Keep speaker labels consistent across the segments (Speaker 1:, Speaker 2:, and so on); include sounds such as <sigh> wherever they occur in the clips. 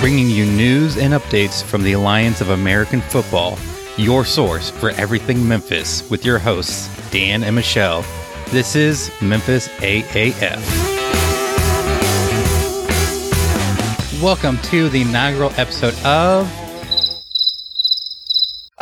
Speaker 1: bringing you news and updates from the Alliance of American Football, your source for everything Memphis, with your hosts, Dan and Michelle. This is Memphis AAF. Welcome to the inaugural episode of.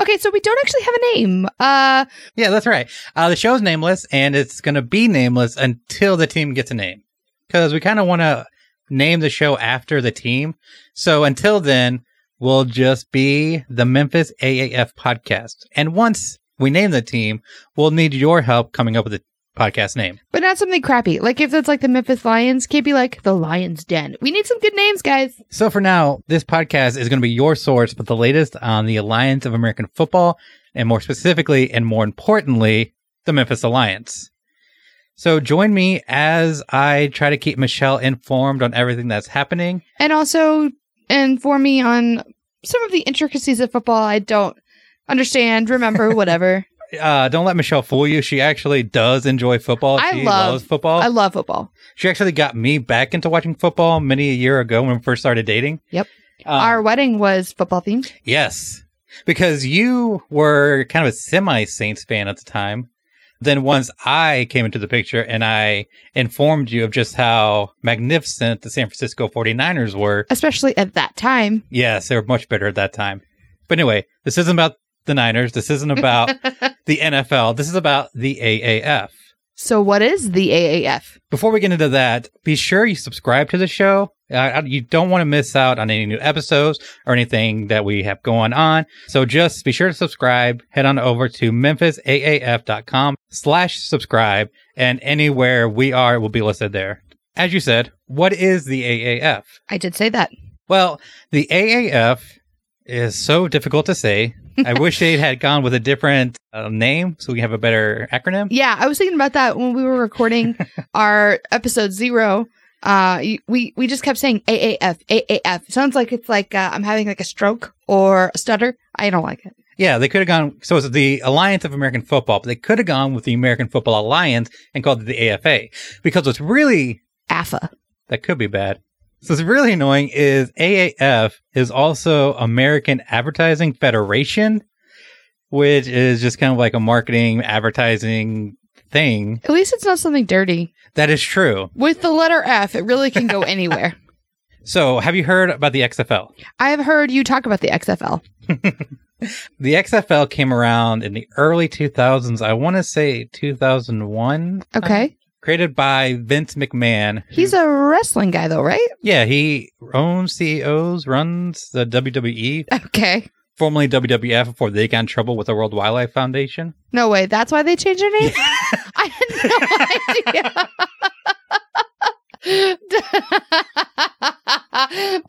Speaker 2: Okay, so we don't actually have a name. Uh,
Speaker 1: Yeah, that's right. Uh, the show's nameless, and it's going to be nameless until the team gets a name. Because we kind of want to name the show after the team. So until then, we'll just be the Memphis AAF podcast. And once we name the team, we'll need your help coming up with a podcast name.
Speaker 2: but not something crappy. Like if it's like the Memphis Lions, can't be like the Lions Den. We need some good names, guys.
Speaker 1: So for now, this podcast is going to be your source for the latest on the Alliance of American Football, and more specifically, and more importantly, the Memphis Alliance. So join me as I try to keep Michelle informed on everything that's happening.
Speaker 2: And also inform me on some of the intricacies of football I don't understand, remember, whatever.
Speaker 1: Uh, don't let Michelle fool you. She actually does enjoy football.
Speaker 2: I
Speaker 1: she
Speaker 2: love-
Speaker 1: loves football.
Speaker 2: I love football.
Speaker 1: she actually got me back into watching football many a year ago when we first started dating.
Speaker 2: Yep.
Speaker 1: Um,
Speaker 2: Our wedding was football themed.
Speaker 1: Yes, because you were kind of a semi Saints fan at the time. Then once I came into the picture and I informed you of just how magnificent the San Francisco 49ers were.
Speaker 2: Especially at that time.
Speaker 1: Yes, they were much better at that time. But anyway, this isn't about the Niners. This isn't about the NFL. This is about the AAF.
Speaker 2: So what is the AAF?
Speaker 1: Before we get into that, be sure you subscribe to the show. Uh, you don't want to miss out on any new episodes or anything that we have going on. So just be sure to subscribe. Head on over to memphisaaf.com slash subscribe and anywhere we are will be listed there. As you said, what is the AAF?
Speaker 2: I did say that.
Speaker 1: Well, the AAF is so difficult to say. I wish they had gone with a different uh, name so we have a better acronym.
Speaker 2: Yeah, I was thinking about that when we were recording our episode zero. Uh, you- we we just kept saying AAF AAF. Sounds like it's like uh, I'm having like a stroke or a stutter. I don't like it.
Speaker 1: Yeah, they could have gone. So it's the Alliance of American Football, but they could have gone with the American Football Alliance and called it the AFA because what's really
Speaker 2: AFA.
Speaker 1: that could be bad. So what's really annoying is AAF is also American Advertising Federation, which is just kind of like a marketing advertising thing.
Speaker 2: At least it's not something dirty.
Speaker 1: That is true.
Speaker 2: With the letter F, it really can go anywhere.
Speaker 1: So have you heard about the XFL?
Speaker 2: I have heard you talk about the XFL.
Speaker 1: The XFL came around in the early 2000s. I want to say 2001.
Speaker 2: Okay,
Speaker 1: Created by Vince McMahon. who-
Speaker 2: he's a wrestling guy though, right? <laughs>
Speaker 1: Yeah, he owns CEOs, runs the WWE,
Speaker 2: Okay.
Speaker 1: formerly WWF before they got in trouble with the World Wildlife Foundation.
Speaker 2: No way. That's why they changed their name.
Speaker 1: <laughs>
Speaker 2: I had no idea. <laughs>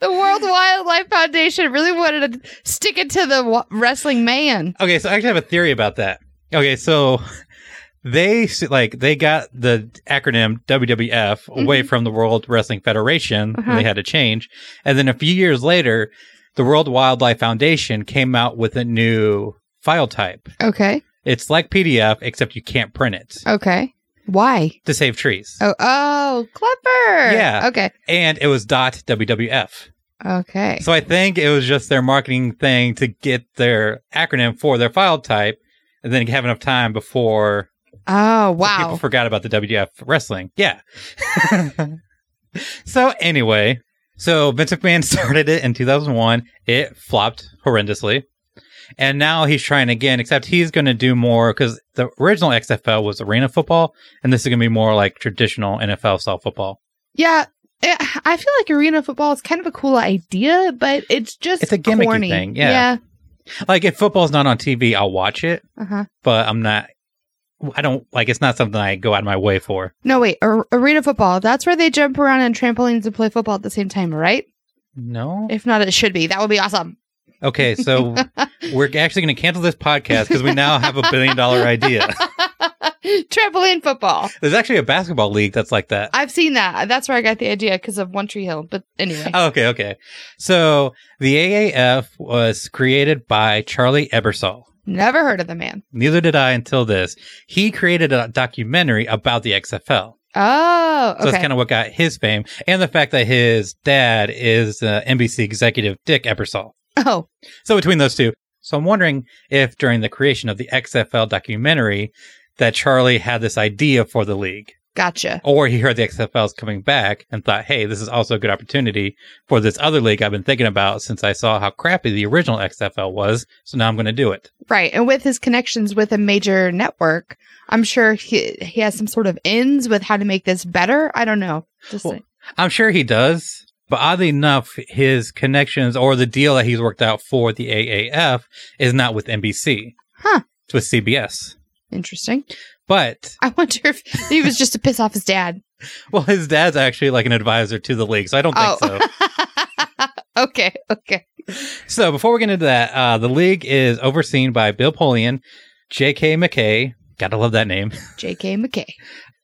Speaker 2: the World Wildlife Foundation really wanted to stick it to the wa- wrestling man.
Speaker 1: Okay, so I actually have a theory about that. Okay, so <laughs> they s- like they got the acronym WWF away from the World Wrestling Federation,
Speaker 2: Uh-huh.
Speaker 1: and they had to change. And then a few years later, the World Wildlife Foundation came out with a new file type.
Speaker 2: Okay.
Speaker 1: It's like PDF except you can't print it
Speaker 2: Oh. Okay. Why?
Speaker 1: to save trees.
Speaker 2: Oh, oh, clever.
Speaker 1: Yeah.
Speaker 2: Okay.
Speaker 1: And it was dot WWF.
Speaker 2: Okay.
Speaker 1: So I think it was just their marketing thing to get their acronym for their file type and then have enough time before
Speaker 2: oh,
Speaker 1: people
Speaker 2: wow.
Speaker 1: forgot about the WWF wrestling.
Speaker 2: <laughs>
Speaker 1: Yeah. so anyway, so Vince McMahon <laughs> started it in 2001. It flopped horrendously. And now he's trying again, except he's going to do more because the original XFL was arena football, and this is going to be more like traditional NFL style football.
Speaker 2: Yeah. eh, I feel like arena football is kind of a cool idea, but it's just
Speaker 1: It's a gimmicky
Speaker 2: corny.
Speaker 1: thing, yeah. Like if football's not on TV, I'll watch it.
Speaker 2: Uh huh.
Speaker 1: but I'm not. I don't like. It's not something I go out of my way for.
Speaker 2: No, wait. Ar- arena football. That's where they jump around on trampolines and play football at the same time, right?
Speaker 1: No.
Speaker 2: If not, it should be. That would
Speaker 1: <laughs>
Speaker 2: be awesome. <laughs>
Speaker 1: Okay, so we're actually going to cancel this podcast because we now have a billion dollar idea.
Speaker 2: Trampoline football.
Speaker 1: There's actually a basketball league that's like that.
Speaker 2: I've seen that. That's where I got the idea because of One Tree Hill. But anyway,
Speaker 1: Oh, okay, okay. So the AAF was created by Charlie Ebersol,
Speaker 2: Never heard of the man.
Speaker 1: Neither did I until this. He created a documentary about the XFL. So
Speaker 2: Oh, okay.
Speaker 1: that's kind of what got his fame, and the fact that his dad is uh, NBC executive Dick Ebersol.
Speaker 2: oh,
Speaker 1: So between those two, so I'm wondering if during the creation of the XFL documentary, that Charlie had this idea for the league,
Speaker 2: gotcha.
Speaker 1: or he heard the XFL is coming back and thought, "Hey, this is also a good opportunity for this other league I've been thinking about since I saw how crappy the original XFL was. So now I'm going to do it."
Speaker 2: Right. And with his connections with a major network, I'm sure he he has some sort of ends with how to make this better. I don't know. Just
Speaker 1: Well, I'm sure he does. But oddly enough, his connections or the deal that he's worked out for the AAF is not with NBC.
Speaker 2: Huh.
Speaker 1: It's with CBS.
Speaker 2: interesting. <laughs>
Speaker 1: But,
Speaker 2: I wonder if he was just to piss off his dad. <laughs>
Speaker 1: well, his dad's actually like an advisor to the league, so I don't think so.
Speaker 2: okay. Okay.
Speaker 1: So before we get into that, uh, the league is overseen by Bill Polian, J.K. McKay, gotta love that name,
Speaker 2: J.K. McKay.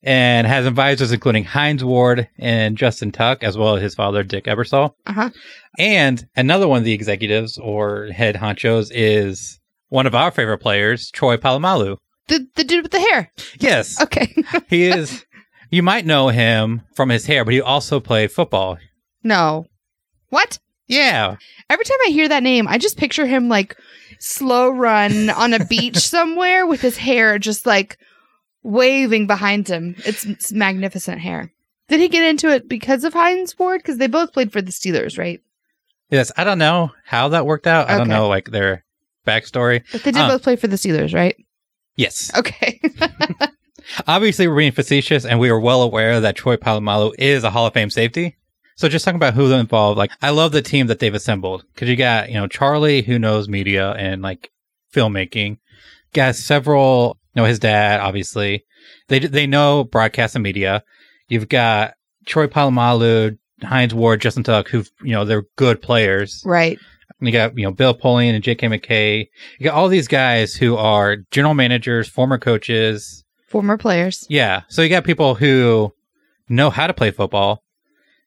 Speaker 1: and has advisors including Heinz Ward and Justin Tuck, as well as his father Dick Ebersol.
Speaker 2: Uh-huh.
Speaker 1: And another one of the executives or head honchos is one of our favorite players, Troy Palomalu.
Speaker 2: The the dude with the hair. <laughs>
Speaker 1: Yes,
Speaker 2: Okay.
Speaker 1: he is. You might know him from his hair, but he also played football.
Speaker 2: no. What?
Speaker 1: Yeah,
Speaker 2: Every time I hear that name, I just picture him like slow run on a beach somewhere with his hair just like waving behind him. It's, it's magnificent hair. Did he get into it because of Heinz Ward? Because they both played for the Steelers, right?
Speaker 1: yes. I don't know how that worked out. I don't
Speaker 2: Okay.
Speaker 1: know like their backstory.
Speaker 2: But they did
Speaker 1: Uh.
Speaker 2: both play for the Steelers, right? <laughs>
Speaker 1: Yes.
Speaker 2: Okay.
Speaker 1: Obviously, we're being facetious, and we are well aware that Troy Polamalu is a Hall of Fame safety. So, just talking about who's involved, like I love the team that they've assembled because you got you know Charlie who knows media and like filmmaking, got several you know his dad obviously, they they know broadcast and media. You've got Troy Polamalu, Heinz Ward, Justin Tuck, who you know they're good players.
Speaker 2: right.
Speaker 1: And you got, you know, Bill Polian and J.K. McKay. You got all these guys who are general managers, former coaches,
Speaker 2: Former players.
Speaker 1: yeah. So you got people who know how to play football,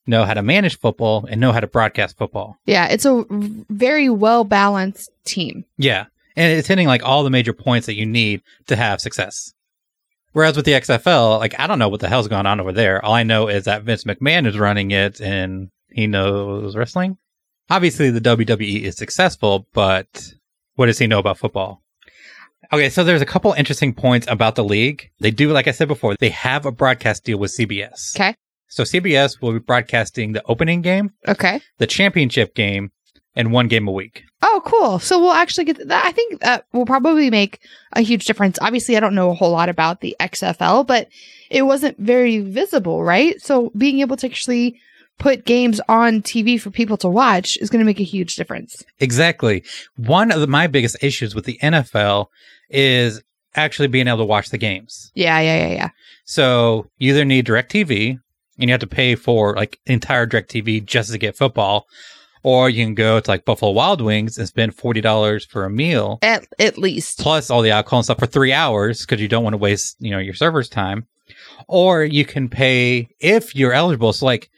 Speaker 1: know how to manage football, and know how to broadcast football.
Speaker 2: Yeah, it's a very well balanced team.
Speaker 1: Yeah. And it's hitting like all the major points that you need to have success. Whereas with the XFL, like I don't know what the hell's going on over there. All I know is that Vince McMahon is running it and he knows wrestling. Obviously, the WWE is successful, but what does he know about football? Okay, so there's a couple interesting points about the league. They do, like I said before, they have a broadcast deal with CBS.
Speaker 2: Okay.
Speaker 1: So CBS will be broadcasting the opening game,
Speaker 2: Okay.
Speaker 1: the championship game, and one game a week.
Speaker 2: Oh, cool. So we'll actually get that. I think that will probably make a huge difference. Obviously, I don't know a whole lot about the XFL, but it wasn't very visible, right? So being able to actually put games on TV for people to watch is going to make a huge difference.
Speaker 1: Exactly. One of the, my biggest issues with the NFL is actually being able to watch the games.
Speaker 2: Yeah, yeah, yeah, yeah.
Speaker 1: So you either need DirecTV and you have to pay for like entire DirecTV just to get football, or you can go to like Buffalo Wild Wings and spend forty dollars for a meal
Speaker 2: At at least.
Speaker 1: plus all the alcohol and stuff for three hours because you don't want to waste you know your server's time or you can pay if you're eligible so like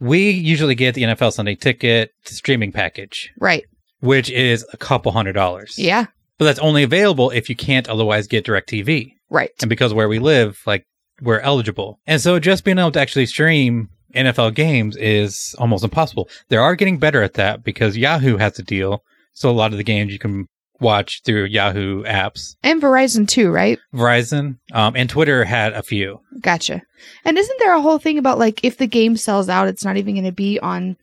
Speaker 1: we usually get the nfl sunday ticket streaming package
Speaker 2: Right.
Speaker 1: which is a couple hundred dollars
Speaker 2: Yeah.
Speaker 1: but that's only available if you can't otherwise get DirecTV.
Speaker 2: Right.
Speaker 1: And because where we live, like we're eligible. And so just being able to actually stream NFL games is almost impossible. They are getting better at that because Yahoo has a deal. So a lot of the games you can watch through Yahoo apps.
Speaker 2: And Verizon too, right?
Speaker 1: Verizon um, and Twitter had a few.
Speaker 2: Gotcha. And isn't there a whole thing about like if the game sells out, it's not even going to be on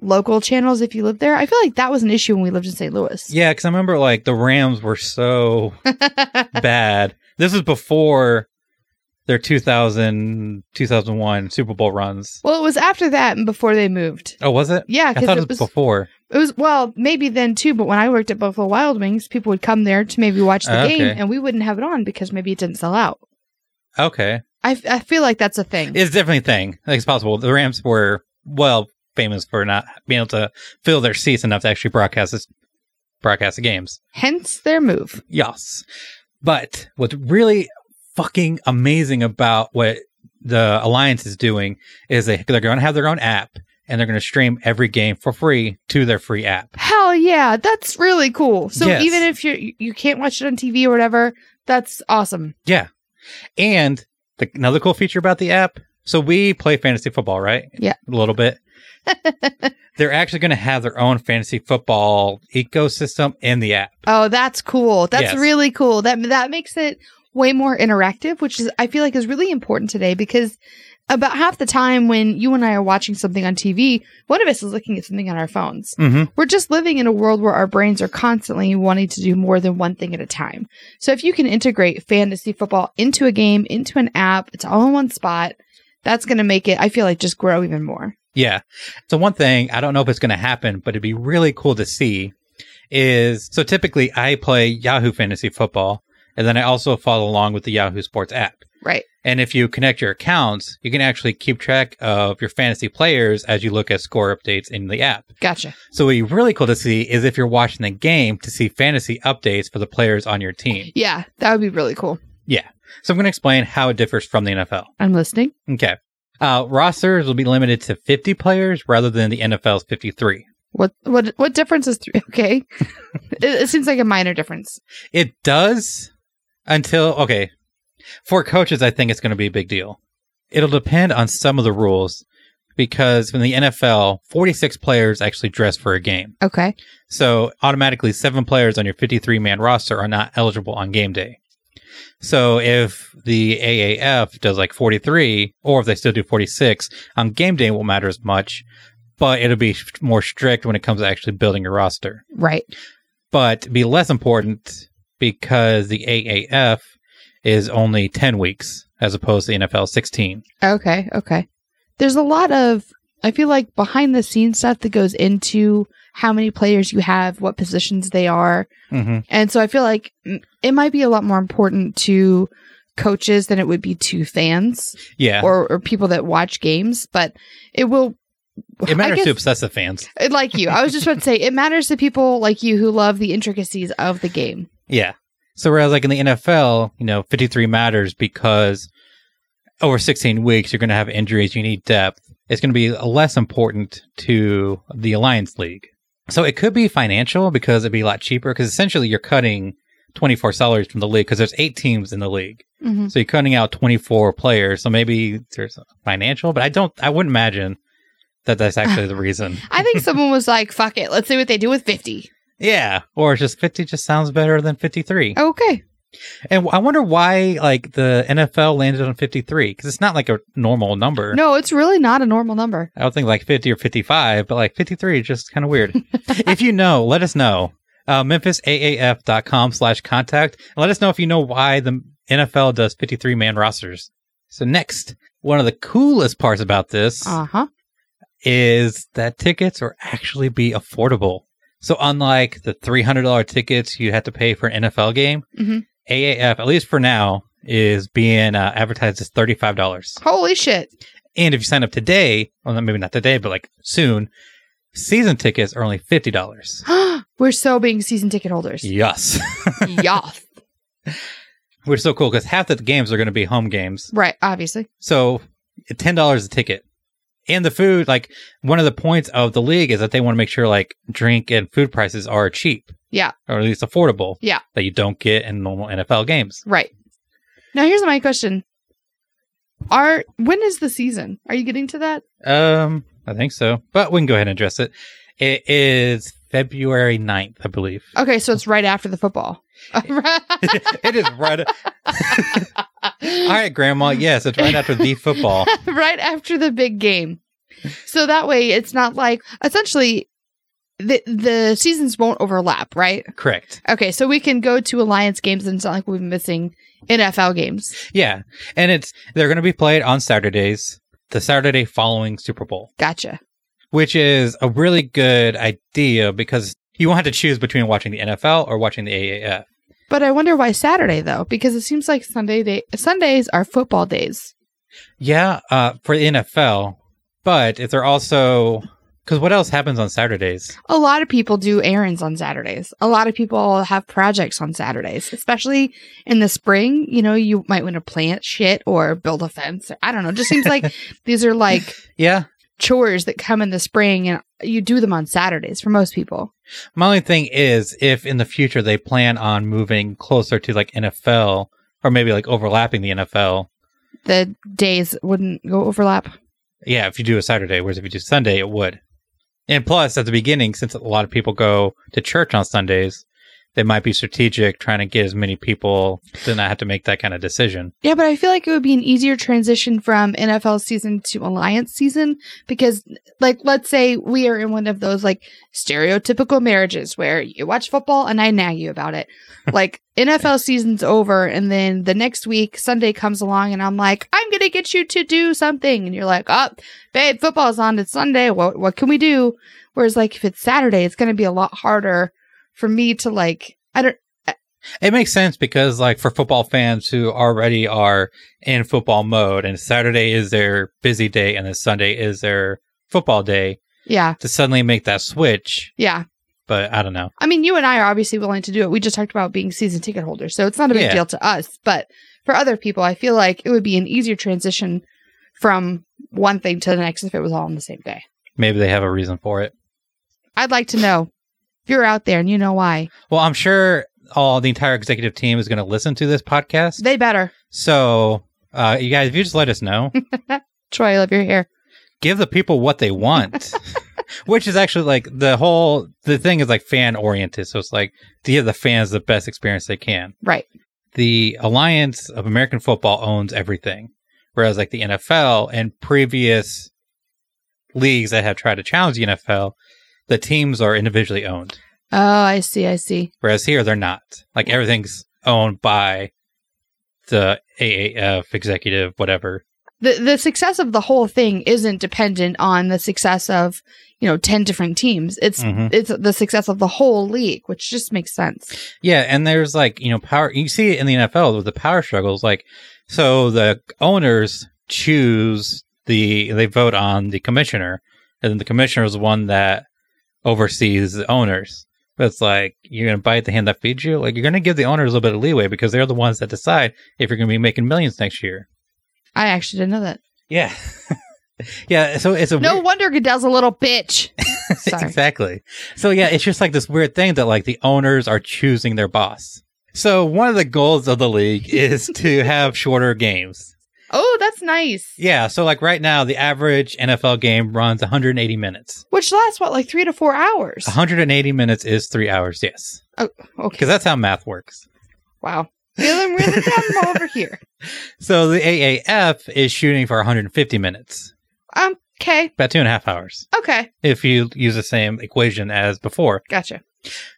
Speaker 2: local channels if you live there? I feel like that was an issue when we lived in St. Louis.
Speaker 1: Yeah, because I remember like the Rams were
Speaker 2: <laughs>
Speaker 1: so bad. This was before their 2000, 2001 Super Bowl runs.
Speaker 2: Well, it was after that and before they moved.
Speaker 1: Oh, was it?
Speaker 2: Yeah,
Speaker 1: I
Speaker 2: because
Speaker 1: thought
Speaker 2: it was
Speaker 1: before.
Speaker 2: it was well maybe then too. But when I worked at Buffalo Wild Wings, people would come there to maybe watch the
Speaker 1: Oh,
Speaker 2: game,
Speaker 1: okay.
Speaker 2: and we wouldn't have it on because maybe it didn't sell out.
Speaker 1: Okay.
Speaker 2: I, f- I feel like that's a thing.
Speaker 1: It's definitely a thing. Like, It's possible. The Rams were well famous for not being able to fill their seats enough to actually broadcast this, broadcast the games.
Speaker 2: Hence their move.
Speaker 1: Yes. But what's really fucking amazing about what the Alliance is doing is they, they're going to have their own app and they're going to stream every game for free to their free app.
Speaker 2: Hell yeah, that's really cool. So
Speaker 1: Yes.
Speaker 2: even if you you can't watch it on TV or whatever, that's awesome.
Speaker 1: And the, another cool feature about the app so we play fantasy football, right?
Speaker 2: Yeah.
Speaker 1: A little bit. they're actually going to have their own fantasy football ecosystem in the app.
Speaker 2: Oh, that's cool. That's
Speaker 1: Yes.
Speaker 2: really cool. That that makes it way more interactive, which is I feel like is really important today because about half the time when you and I are watching something on TV, one of us is looking at something on our phones.
Speaker 1: Mm-hmm.
Speaker 2: We're just living in a world where our brains are constantly wanting to do more than one thing at a time. So if you can integrate fantasy football into a game, into an app, it's all in one spot. That's going to make it I feel like just grow even more.
Speaker 1: Yeah. So one thing I don't know if it's going to happen, but it'd be really cool to see is so typically I play Yahoo Fantasy Football, and then I also follow along with the Yahoo Sports app.
Speaker 2: Right.
Speaker 1: And if you connect your accounts, you can actually keep track of your fantasy players as you look at score updates in the app.
Speaker 2: Gotcha.
Speaker 1: So what'd be really cool to see is if you're watching the game to see fantasy updates for the players on your team.
Speaker 2: Yeah, that would be really cool.
Speaker 1: So I'm going to explain how it differs from the NFL.
Speaker 2: I'm listening.
Speaker 1: Okay. Uh, rosters will be limited to 50 players rather than the NFL's 53.
Speaker 2: What what what difference is three? <laughs> Okay, it, it seems like a minor difference.
Speaker 1: It does until okay. For coaches, I think it's going to be a big deal. It'll depend on some of the rules because in the NFL, 46 players actually dress for a game.
Speaker 2: Okay,
Speaker 1: So automatically, seven players on your 53 man roster are not eligible on game day. So if the AAF does like 43, or if they still do 46, on game day it won't matter as much, but it'll be more strict when it comes to actually building your roster
Speaker 2: right.
Speaker 1: but be less important because the AAF is only 10 weeks as opposed to the NFL 16.
Speaker 2: Okay, okay. There's a lot of I feel like behind the scenes stuff that goes into how many players you have, what positions they are,
Speaker 1: Mm-hmm.
Speaker 2: and so I feel like mm, it might be a lot more important to coaches than it would be to fans
Speaker 1: Yeah.
Speaker 2: or, or people that watch games, but it will. I
Speaker 1: it matters to
Speaker 2: guess-
Speaker 1: obsessive fans.
Speaker 2: it- like you. I was just about to say it matters to people like you who love the intricacies of the game.
Speaker 1: Yeah. So, whereas like in the NFL, you know, 53 matters because over 16 weeks, you're going to have injuries, you need depth. It's going to be less important to the Alliance League. So, it could be financial because it'd be a lot cheaper because essentially you're cutting 24 salaries from the league because there's eight teams in the league.
Speaker 2: Mm-hmm.
Speaker 1: So you're cutting out 24 players. So maybe there's financial, but I don't, I wouldn't imagine that that's actually the reason.
Speaker 2: I think someone was like, fuck it, let's see what they do with 50.
Speaker 1: Yeah. Or it's just 50 just sounds better than 53.
Speaker 2: Okay.
Speaker 1: And I wonder why, like, the NFL landed on 53 because it's not like a normal number.
Speaker 2: No, it's really not a normal number.
Speaker 1: I would think like 50 or 55, but like 53 is just kind of weird. if you know, let us know. Uh, MemphisAAF.com slash contact. And Let us know if you know why the NFL does 53 man rosters. So, next, one of the coolest parts about this.
Speaker 2: Uh huh.
Speaker 1: is that tickets will actually be affordable. So unlike the three hundred dollar tickets you have to pay for an NFL game,
Speaker 2: Mhm.
Speaker 1: AAF at least for now is being uh, advertised as thirty five dollars.
Speaker 2: Holy shit. <gasps>
Speaker 1: And if you sign up today, well, maybe not today, but like soon, season tickets are only fifty dollars.
Speaker 2: We're so being season ticket holders. <laughs>
Speaker 1: Yes, <laughs>
Speaker 2: Yoth.
Speaker 1: which is so cool because half the games are going to be home games.
Speaker 2: Right, obviously.
Speaker 1: So ten dollars a ticket. And the food, like one of the points of the league is that they want to make sure like drink and food prices are cheap.
Speaker 2: Yeah.
Speaker 1: Or at least affordable.
Speaker 2: Yeah.
Speaker 1: That you don't get in normal NFL games.
Speaker 2: Right. Now, here's my question Are When is the season? Are you getting to that?
Speaker 1: Um, I think so. But we can go ahead and address it. It is February 9th, I believe. <laughs>
Speaker 2: Okay, so it's right after the football. <laughs>
Speaker 1: it is right. All right, Grandma. Yes, it's right after the football.
Speaker 2: right after the big game. So that way it's not like essentially the the seasons won't overlap, right?
Speaker 1: Correct.
Speaker 2: Okay, so we can go to Alliance games and it's not like we've been missing NFL games.
Speaker 1: Yeah. And it's they're gonna be played on Saturdays, the Saturday following Super Bowl.
Speaker 2: Gotcha.
Speaker 1: which is a really good idea because you won't have to choose between watching the NFL or watching the AAF.
Speaker 2: But I wonder why Saturday though, because it seems like Sunday day Sundays are football days.
Speaker 1: Yeah, uh, for the NFL, but if they're also because what else happens on Saturdays?
Speaker 2: A lot of people do errands on Saturdays. A lot of people have projects on Saturdays, especially in the spring. You know, you might want to plant shit or build a fence. I don't know. It just seems like these are like
Speaker 1: Yeah,
Speaker 2: chores that come in the spring and you do them on Saturdays for most people.
Speaker 1: My only thing is if in the future they plan on moving closer to like NFL or maybe like overlapping the NFL.
Speaker 2: The days wouldn't go overlap.
Speaker 1: Yeah, if you do a Saturday, whereas if you do Sunday, it would. And plus, at the beginning, since a lot of people go to church on Sundays, they might be strategic trying to get as many people to not have to make that kind of decision.
Speaker 2: Yeah, but I feel like it would be an easier transition from NFL season to alliance season because, like, let's say we are in one of those like stereotypical marriages where you watch football and I nag you about it. Like, NFL season's over, and then the next week, Sunday comes along, and I'm like, I'm gonna get you to do something. And you're like, oh, babe, football's on, it's Sunday. What, what can we do? Whereas, like, if it's Saturday, it's gonna be a lot harder for me to like i don't
Speaker 1: It makes sense because, like, for football fans who already are in football mode, and Saturday is their busy day, and then Sunday is their football day,
Speaker 2: yeah
Speaker 1: to suddenly make that switch.
Speaker 2: yeah
Speaker 1: But I don't know.
Speaker 2: i mean you and i are obviously willing to do it we just talked about being season ticket holders so it's not a big
Speaker 1: Yeah.
Speaker 2: deal to us but for other people i feel like it would be an easier transition from one thing to the next if it was all on the same day
Speaker 1: Maybe they have a reason for it.
Speaker 2: i'd like to know if you're out there and you know why
Speaker 1: Well, I'm sure all the entire executive team is going to listen to this podcast.
Speaker 2: they better
Speaker 1: So, uh, you guys, if you just let us know,
Speaker 2: troy i love your hair
Speaker 1: give the people what they want, which is actually like the whole the thing is like fan oriented. So it's like to give the fans the best experience they can.
Speaker 2: right
Speaker 1: the Alliance of American Football owns everything, whereas like the NFL and previous leagues that have tried to challenge the NFL, the teams are individually owned.
Speaker 2: oh i see i see
Speaker 1: Whereas here they're not. Like everything's owned by the AAF executive, whatever.
Speaker 2: the the success of the whole thing isn't dependent on the success of you know 10 different teams it's
Speaker 1: Mhm.
Speaker 2: it's the success of the whole league which just makes sense
Speaker 1: Yeah, and there's like you know power. You see it in the NFL with the power struggles. Like, so the owners choose the they vote on the commissioner, and then the commissioner is the one that oversees the owners. But it's like you're gonna bite the hand that feeds you. Like you're gonna give the owners a little bit of leeway because they're the ones that decide if you're gonna be making millions next year.
Speaker 2: i actually didn't know that
Speaker 1: Yeah, <laughs> yeah. So it's a <laughs>
Speaker 2: no
Speaker 1: weird-
Speaker 2: wonder goodell's a
Speaker 1: <laughs>
Speaker 2: little bitch sorry
Speaker 1: exactly. So yeah, it's just like this weird thing that like the owners are choosing their boss. So one of the goals of the league <laughs> is to have shorter games.
Speaker 2: oh that's nice
Speaker 1: Yeah, so like right now the average NFL game runs 180 minutes.
Speaker 2: which lasts what like three to four hours
Speaker 1: Uh-huh. 180 minutes is 3 hours, yes.
Speaker 2: okay
Speaker 1: Cuz that's how math works.
Speaker 2: wow feeling really dumb over
Speaker 1: <laughs>
Speaker 2: here
Speaker 1: So the AAF is shooting for 150 minutes,
Speaker 2: um okay
Speaker 1: about two and a half hours,
Speaker 2: okay
Speaker 1: if you use the same equation as before.
Speaker 2: gotcha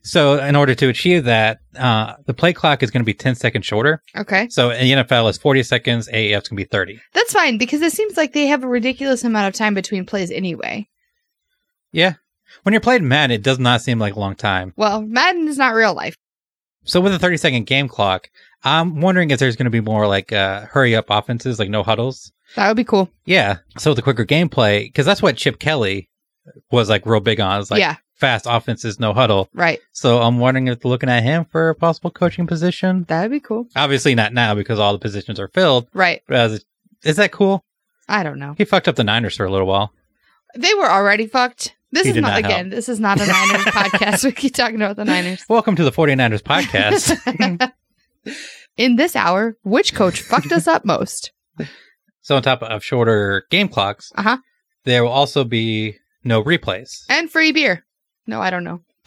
Speaker 1: So, in order to achieve that, uh, the play clock is going to be 10 seconds shorter.
Speaker 2: okay
Speaker 1: So in the NFL is 40 seconds, AAF's gonna be 30.
Speaker 2: that's fine because it seems like they have a ridiculous amount of time between plays anyway
Speaker 1: When you're playing Madden, it does not seem like a long time.
Speaker 2: well madden is not real life
Speaker 1: So with a 30 second game clock, I'm wondering if there's gonna be more like uh, hurry up offenses, like no huddles.
Speaker 2: that would be cool
Speaker 1: Yeah. So the quicker gameplay, because that's what Chip Kelly was like real big on. It's like
Speaker 2: yeah
Speaker 1: fast offenses, no huddle.
Speaker 2: right
Speaker 1: So I'm wondering if they're looking at him for a possible coaching position.
Speaker 2: that would be cool
Speaker 1: Obviously not now because all the positions are filled.
Speaker 2: Right.
Speaker 1: But as- is that cool?
Speaker 2: I don't know.
Speaker 1: He fucked up the Niners for a little while.
Speaker 2: They were already fucked. This
Speaker 1: He
Speaker 2: is
Speaker 1: did
Speaker 2: not,
Speaker 1: not help.
Speaker 2: again, this is not
Speaker 1: <laughs>
Speaker 2: a Niners podcast. We keep talking about the Niners.
Speaker 1: Welcome to the 49ers podcast.
Speaker 2: <laughs> In this hour, which coach fucked
Speaker 1: <laughs>
Speaker 2: us up most?
Speaker 1: So on top of shorter game clocks,
Speaker 2: Uh-huh.
Speaker 1: there will also be no replays.
Speaker 2: And free beer. No, I don't know. <laughs>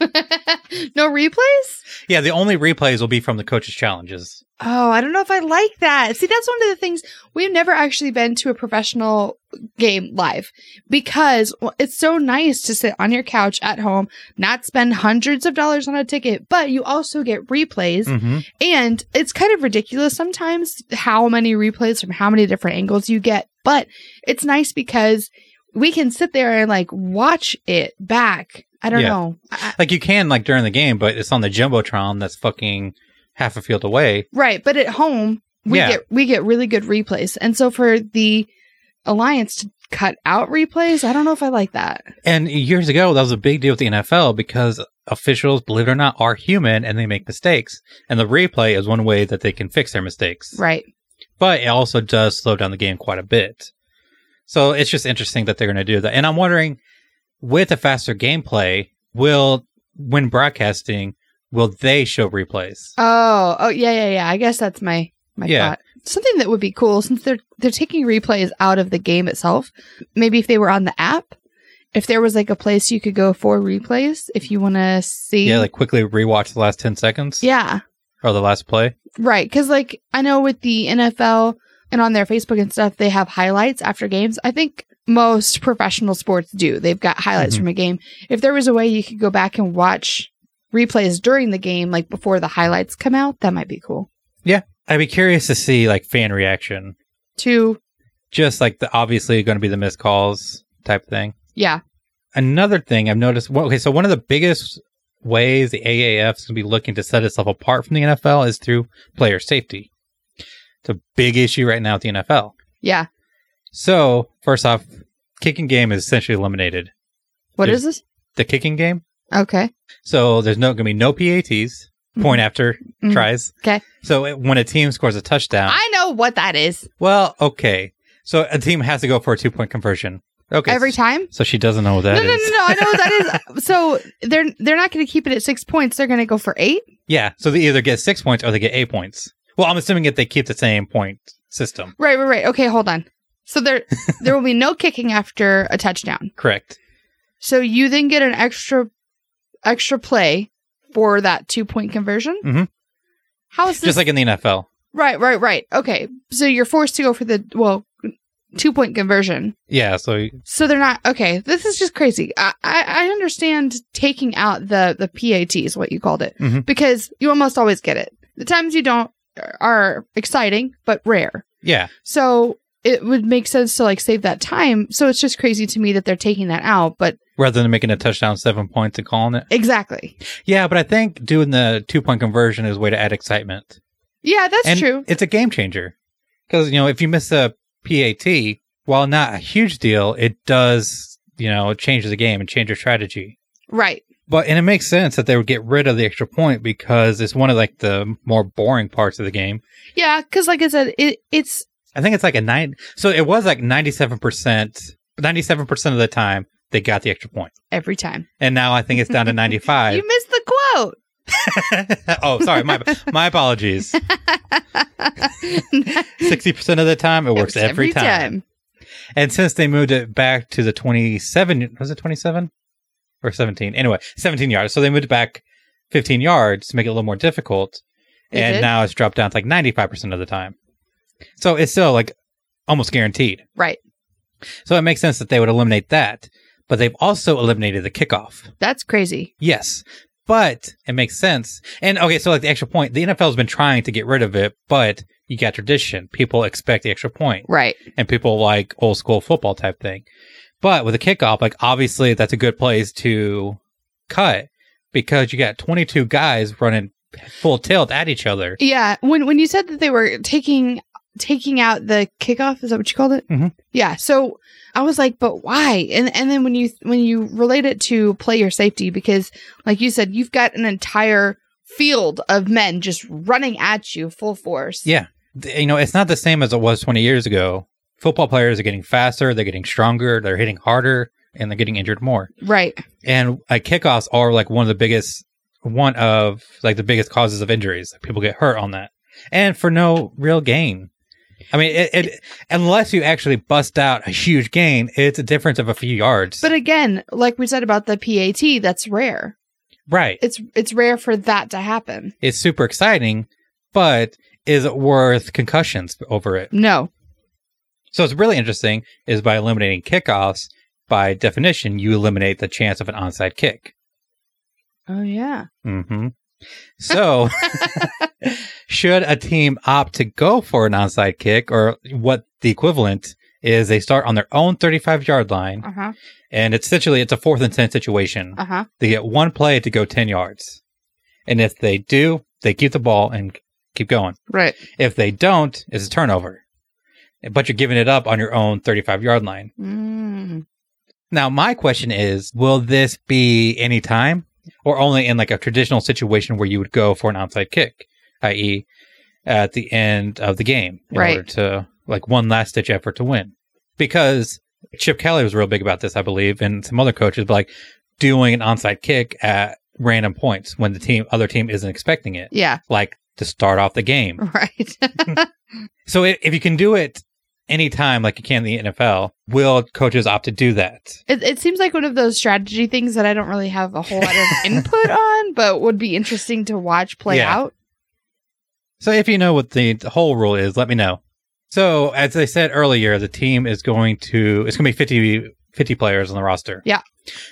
Speaker 2: no replays?
Speaker 1: Yeah, the only replays will be from the coaches' challenges.
Speaker 2: Oh, I don't know if I like that. See, that's one of the things we've never actually been to a professional game live because well, it's so nice to sit on your couch at home, not spend hundreds of dollars on a ticket, but you also get replays
Speaker 1: Mm-hmm.
Speaker 2: And it's kind of ridiculous sometimes how many replays from how many different angles you get, but it's nice because we can sit there and like watch it back. I don't
Speaker 1: Yeah.
Speaker 2: know. I,
Speaker 1: Like you can like during the game, but it's on the jumbotron that's fucking half a field away.
Speaker 2: right, but at home we
Speaker 1: Yeah.
Speaker 2: get we get really good replays. And so for the alliance to cut out replays, I don't know if I like that.
Speaker 1: And years ago, that was a big deal with the NFL because officials, believe it or not, are human and they make mistakes. And the replay is one way that they can fix their mistakes.
Speaker 2: Right.
Speaker 1: But it also does slow down the game quite a bit. So it's just interesting that they're going to do that. And I'm wondering, with a faster gameplay, will when broadcasting, will they show replays?
Speaker 2: Oh, oh yeah, yeah, yeah. I guess that's my my
Speaker 1: Yeah.
Speaker 2: thought. Something that would be cool since they're they're taking replays out of the game itself. Maybe if they were on the app, if there was like a place you could go for replays if you want to see.
Speaker 1: Yeah, like quickly rewatch the last ten seconds
Speaker 2: yeah,
Speaker 1: or the last play.
Speaker 2: right. Because like I know with the NFL and on their Facebook and stuff, they have highlights after games. I think most professional sports do. They've got highlights
Speaker 1: Mhm.
Speaker 2: from a game. If there was a way you could go back and watch replays during the game, like before the highlights come out, that might be cool.
Speaker 1: I'd be curious to see like fan reaction,
Speaker 2: Two,
Speaker 1: just like the obviously going to be the missed calls type thing.
Speaker 2: yeah.
Speaker 1: Another thing I've noticed. Well, okay, so one of the biggest ways the AAF is going to be looking to set itself apart from the NFL is through player safety. It's a big issue right now at the NFL.
Speaker 2: Yeah.
Speaker 1: So first off, kicking game is essentially eliminated.
Speaker 2: What
Speaker 1: Yeah.
Speaker 2: is this?
Speaker 1: The kicking game.
Speaker 2: Okay.
Speaker 1: So there's no going to be no PATs, point after
Speaker 2: Mhm.
Speaker 1: tries.
Speaker 2: Okay.
Speaker 1: So it, when a team scores a touchdown,
Speaker 2: I know what that is.
Speaker 1: well, okay. So a team has to go for a two point conversion. Okay.
Speaker 2: Every time.
Speaker 1: So she doesn't know what
Speaker 2: No,
Speaker 1: that
Speaker 2: no,
Speaker 1: is.
Speaker 2: no, no, no. I know what
Speaker 1: <laughs>
Speaker 2: that is. So they're they're not going to keep it at six points. They're going to go for eight.
Speaker 1: Yeah. So they either get six points or they get eight points. Well, I'm assuming that they keep the same point system.
Speaker 2: Right, right, right. Okay, hold on.
Speaker 1: <laughs>
Speaker 2: So there there will be no kicking after a touchdown.
Speaker 1: Correct.
Speaker 2: So you then get an extra extra play for that two point conversion.
Speaker 1: Mhm.
Speaker 2: How is this?
Speaker 1: Just like in the NFL.
Speaker 2: right, right, right. Okay. So you're forced to go for the well two point conversion.
Speaker 1: Yeah. So
Speaker 2: So they're not okay. This is just crazy. I I, I understand taking out the the PAT is what you called it
Speaker 1: Mhm.
Speaker 2: because you almost always get it. The times you don't are exciting but rare.
Speaker 1: yeah.
Speaker 2: So it would make sense to like save that time. So it's just crazy to me that they're taking that out. But
Speaker 1: Rather than making a touchdown seven points and calling it.
Speaker 2: exactly,
Speaker 1: Yeah. But I think doing the two point conversion is a way to add excitement.
Speaker 2: yeah, that's
Speaker 1: and
Speaker 2: true.
Speaker 1: It's a game changer because you know if you miss a PAT, while not a huge deal, it does you know change the game and change your strategy.
Speaker 2: Right,
Speaker 1: But and it makes sense that they would get rid of the extra point because it's one of like the more boring parts of the game.
Speaker 2: yeah, because like I said, it it's
Speaker 1: I think it's like a nine. So it was like ninety seven percent, ninety seven percent of the time they got the extra point,
Speaker 2: every time
Speaker 1: and now I think it's <laughs> down to ninety five.
Speaker 2: you missed the quote.
Speaker 1: oh, sorry, my my apologies.
Speaker 2: It
Speaker 1: Sixty percent of <laughs> the time it works
Speaker 2: was
Speaker 1: every, time. And since they moved it back to the 27, was it 27 or 17? Anyway, 17 yards. So they moved it back 15 yards to make it a little more difficult.
Speaker 2: They
Speaker 1: and
Speaker 2: did?
Speaker 1: now it's dropped down to like 95% of the time. So it's still like almost guaranteed.
Speaker 2: Right,
Speaker 1: So it makes sense that they would eliminate that. But they've also eliminated the kickoff.
Speaker 2: that's crazy.
Speaker 1: Yes. But it makes sense. And okay, so like the extra point, the NFL has been trying to get rid of it, but you got tradition. People expect the extra point
Speaker 2: Right,
Speaker 1: and people like old school football type thing. But with a kickoff, like obviously that's a good place to cut because you got 22 guys running full tilt at each other.
Speaker 2: Yeah, when when you said that they were taking taking out the kickoff, is that what you called it?
Speaker 1: Mhm.
Speaker 2: Yeah. So I was like, but why? And and then when you when you relate it to player safety, because like you said, you've got an entire field of men just running at you full force.
Speaker 1: Yeah. Th- You know, it's not the same as it was 20 years ago. Football players are getting faster, they're getting stronger, they're hitting harder, and they're getting injured more.
Speaker 2: Right.
Speaker 1: And like kickoffs are like one of the biggest, one of like the biggest causes of injuries. Like, people get hurt on that, and for no real gain. I mean, it, it unless you actually bust out a huge gain, it's a difference of a few yards.
Speaker 2: But again, like we said about the PAT, that's rare.
Speaker 1: right,
Speaker 2: It's it's rare for that to happen.
Speaker 1: it's super exciting, but is it worth concussions over it?
Speaker 2: No.
Speaker 1: So it's really interesting. Is by eliminating kickoffs, by definition, you eliminate the chance of an onside kick.
Speaker 2: Oh yeah.
Speaker 1: hmm So, <laughs> should a team opt to go for an onside kick or what the equivalent is, they start on their own 35 yard line,
Speaker 2: Uh huh.
Speaker 1: and it's essentially it's a fourth and 10 situation.
Speaker 2: Uh huh.
Speaker 1: They get one play to go 10 yards, and if they do, they keep the ball and keep going.
Speaker 2: Right.
Speaker 1: If they don't, it's a turnover, but you're giving it up on your own 35 yard line.
Speaker 2: Mm.
Speaker 1: Now, my question is will this be any time or only in like a traditional situation where you would go for an onside kick, i.e., at the end of the game in
Speaker 2: Right.
Speaker 1: order to like one last ditch effort to win? because Chip Kelly was real big about this, I believe, and some other coaches, but like doing an onside kick at random points when the team other team isn't expecting it,
Speaker 2: Yeah. <laughs>
Speaker 1: like to start off the
Speaker 2: Mm-hmm.
Speaker 1: game.
Speaker 2: Right.
Speaker 1: So i if you can do it anytime, like you can in the NFL, will coaches opt to do that?
Speaker 2: It, it seems like one of those strategy things that I don't really have a whole
Speaker 1: <laughs>
Speaker 2: lot of input on, but would be interesting to watch play
Speaker 1: Yeah.
Speaker 2: out.
Speaker 1: So if you know what the, the whole rule is, let me know. So as I said earlier, the team is going to it's going to be 50, 50 players on the roster.
Speaker 2: Yeah.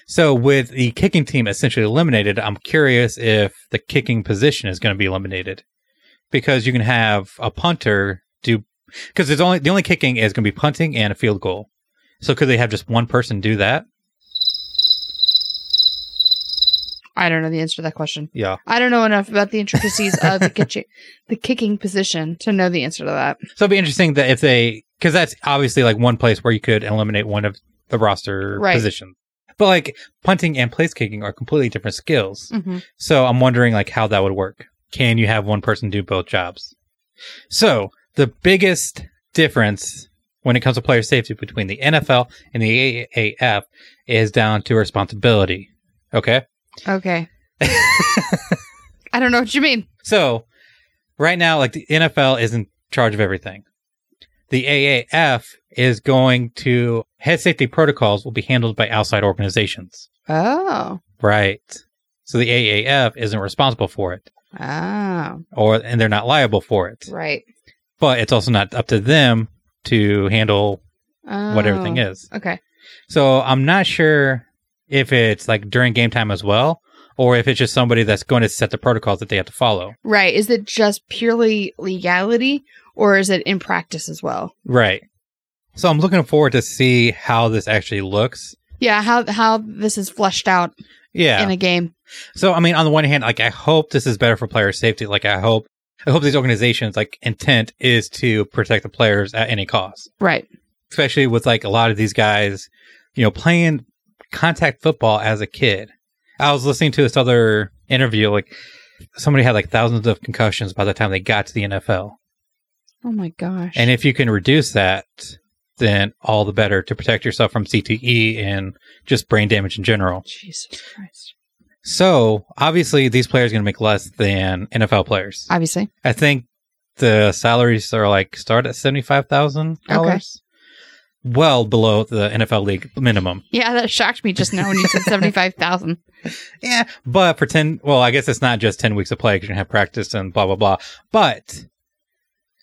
Speaker 1: So with the kicking team essentially eliminated, I'm curious if the kicking position is going to be eliminated because you can have a punter do because there's only the only kicking is going to be punting and a field goal. So could they have just one person do that?
Speaker 2: I don't know the answer to that question.
Speaker 1: Yeah.
Speaker 2: I don't know enough about the intricacies
Speaker 1: <laughs>
Speaker 2: of the kitchen, the kicking position to know the answer to that.
Speaker 1: So it'd be interesting that if they, because that's obviously like one place where you could eliminate one of the roster
Speaker 2: Right.
Speaker 1: positions. But like punting and place kicking are completely different skills.
Speaker 2: Mm.
Speaker 1: So I'm wondering like how that would work. Can you have one person do both jobs? So the biggest difference when it comes to player safety between the NFL and the AAF is down to responsibility. Okay. <laughs>
Speaker 2: Okay. I don't know what you mean.
Speaker 1: So, right now, like the NFL is in charge of everything. The AAF is going to head safety protocols will be handled by outside organizations.
Speaker 2: Oh.
Speaker 1: Right. So the AAF isn't responsible for it,
Speaker 2: Oh.
Speaker 1: or and they're not liable for it.
Speaker 2: Right.
Speaker 1: But it's also not up to them to handle
Speaker 2: Oh.
Speaker 1: what everything is.
Speaker 2: Okay.
Speaker 1: So I'm not sure if it's like during game time as well, or if it's just somebody that's going to set the protocols that they have to follow.
Speaker 2: Right. Is it just purely legality or is it in practice as well?
Speaker 1: Right. So I'm looking forward to see how this actually looks.
Speaker 2: Yeah, how how this is fleshed out
Speaker 1: Yeah.
Speaker 2: in a game.
Speaker 1: so I mean, on the one hand, like I hope this is better for player safety. Like I hope, I hope these organizations like intent is to protect the players at any cost,
Speaker 2: Right.
Speaker 1: especially with like a lot of these guys, you know, playing contact football as a kid. I was listening to this other interview, like somebody had like thousands of concussions by the time they got to the NFL.
Speaker 2: Oh my gosh.
Speaker 1: And if you can reduce that, then all the better to protect yourself from CTE and just brain damage in general.
Speaker 2: Jesus Christ.
Speaker 1: So obviously, these players are going to make less than NFL players. I,
Speaker 2: Obviously.
Speaker 1: think the salaries are like start at seventy five thousand dollars, well below the NFL league minimum.
Speaker 2: Yeah, that shocked me just now
Speaker 1: <laughs>
Speaker 2: when you said seventy five thousand.
Speaker 1: Yeah, but for ten, well, I guess it's not just ten weeks of play because you have practice and blah blah blah. But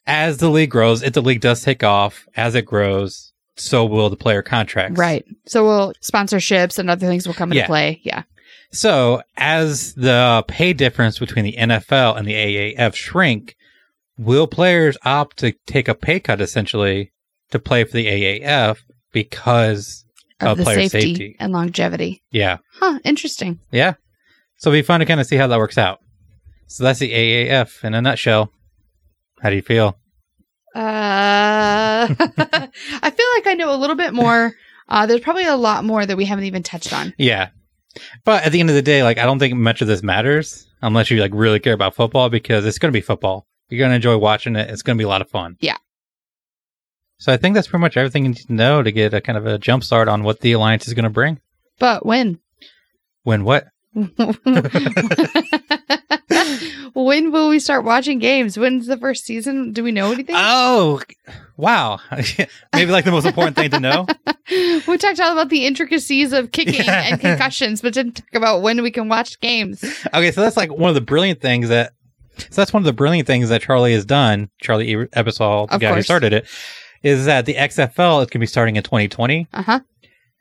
Speaker 1: as the league grows, if the league does take off, as it grows, so will the player contracts.
Speaker 2: Right. So we'll sponsorships and other things will come into
Speaker 1: Yeah.
Speaker 2: play. Yeah.
Speaker 1: So, as the pay difference between the NFL and the AAF shrink, will players opt to take a pay cut essentially to play for the AAF because,
Speaker 2: Of
Speaker 1: Uh,
Speaker 2: the
Speaker 1: player
Speaker 2: safety,
Speaker 1: safety.
Speaker 2: and longevity.
Speaker 1: yeah.
Speaker 2: Huh, interesting.
Speaker 1: So, it'll be fun to kind of see how that works out. So, that's the AAF in a nutshell. How do you feel?
Speaker 2: Uh I feel like Uh, <laughs> I know a little bit more. Uh there's probably a lot more that we haven't even touched on.
Speaker 1: Yeah. But at the end of the day, like, I don't think much of this matters unless you like really care about football because it's going to be football. You're going to enjoy watching it. It's going to be a lot of fun.
Speaker 2: Yeah.
Speaker 1: So I think that's pretty much everything you need to know to get a kind of a jump start on what the alliance is going to bring. <laughs>
Speaker 2: But when? <laughs>
Speaker 1: When what?
Speaker 2: when will we start watching games? When's the first season? Do we know anything?
Speaker 1: Oh, <laughs> wow. Maybe like the most important thing to
Speaker 2: <laughs>
Speaker 1: know.
Speaker 2: we talked all about the intricacies of kicking
Speaker 1: Yeah.
Speaker 2: and concussions, but didn't talk about when we can watch games.
Speaker 1: Okay. So that's like one of the brilliant things that. So that's one of the brilliant things that Charlie has done. Charlie E- Ebersol, the
Speaker 2: Of
Speaker 1: guy who
Speaker 2: course.
Speaker 1: started it, is that the XFL is going to be starting in 2020.
Speaker 2: Uh huh.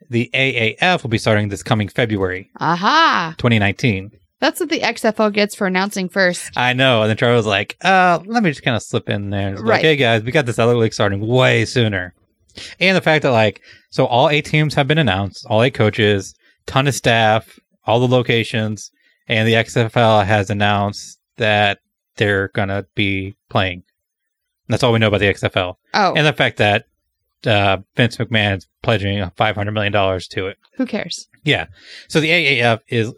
Speaker 1: the AAF will be starting this coming February
Speaker 2: Aha.
Speaker 1: 2019.
Speaker 2: That's what the XFL gets for announcing first.
Speaker 1: I know. And then Trevor was like, uh, let me just kind of slip in there. It's Like,
Speaker 2: Right.
Speaker 1: hey guys, we got this other league starting way sooner. And the fact that like, so all eight teams have been announced, all eight coaches, ton of staff, all the locations, and the XFL has announced that they're gonna be playing. And that's all we know about the XFL.
Speaker 2: Oh,
Speaker 1: And the fact that uh, Vince McMahon is pledging five hundred million dollars to it.
Speaker 2: who cares?
Speaker 1: So the AAF is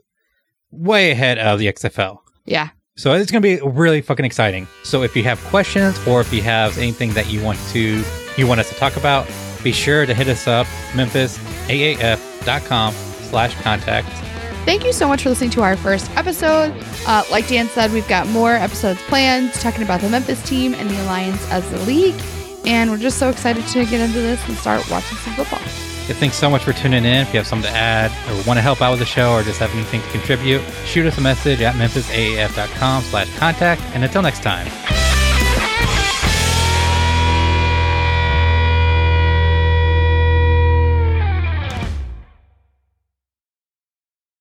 Speaker 1: way ahead of the XFL.
Speaker 2: Yeah.
Speaker 1: So it's going to be really fucking exciting. So if you have questions or if you have anything that you want to you want us to talk about, be sure to hit us up, memphisaaf.com slash contact.
Speaker 2: Thank you so much for listening to our first episode. Uh, like Dan said, we've got more episodes planned talking about the Memphis team and the Alliance as the league. And we're just so excited to get into this and start watching some football.
Speaker 1: Yeah, Thanks so much for tuning in. If you have something to add or want to help out with the show or just have anything to contribute, shoot us a message at memphisaaf.com slash contact. And until next time.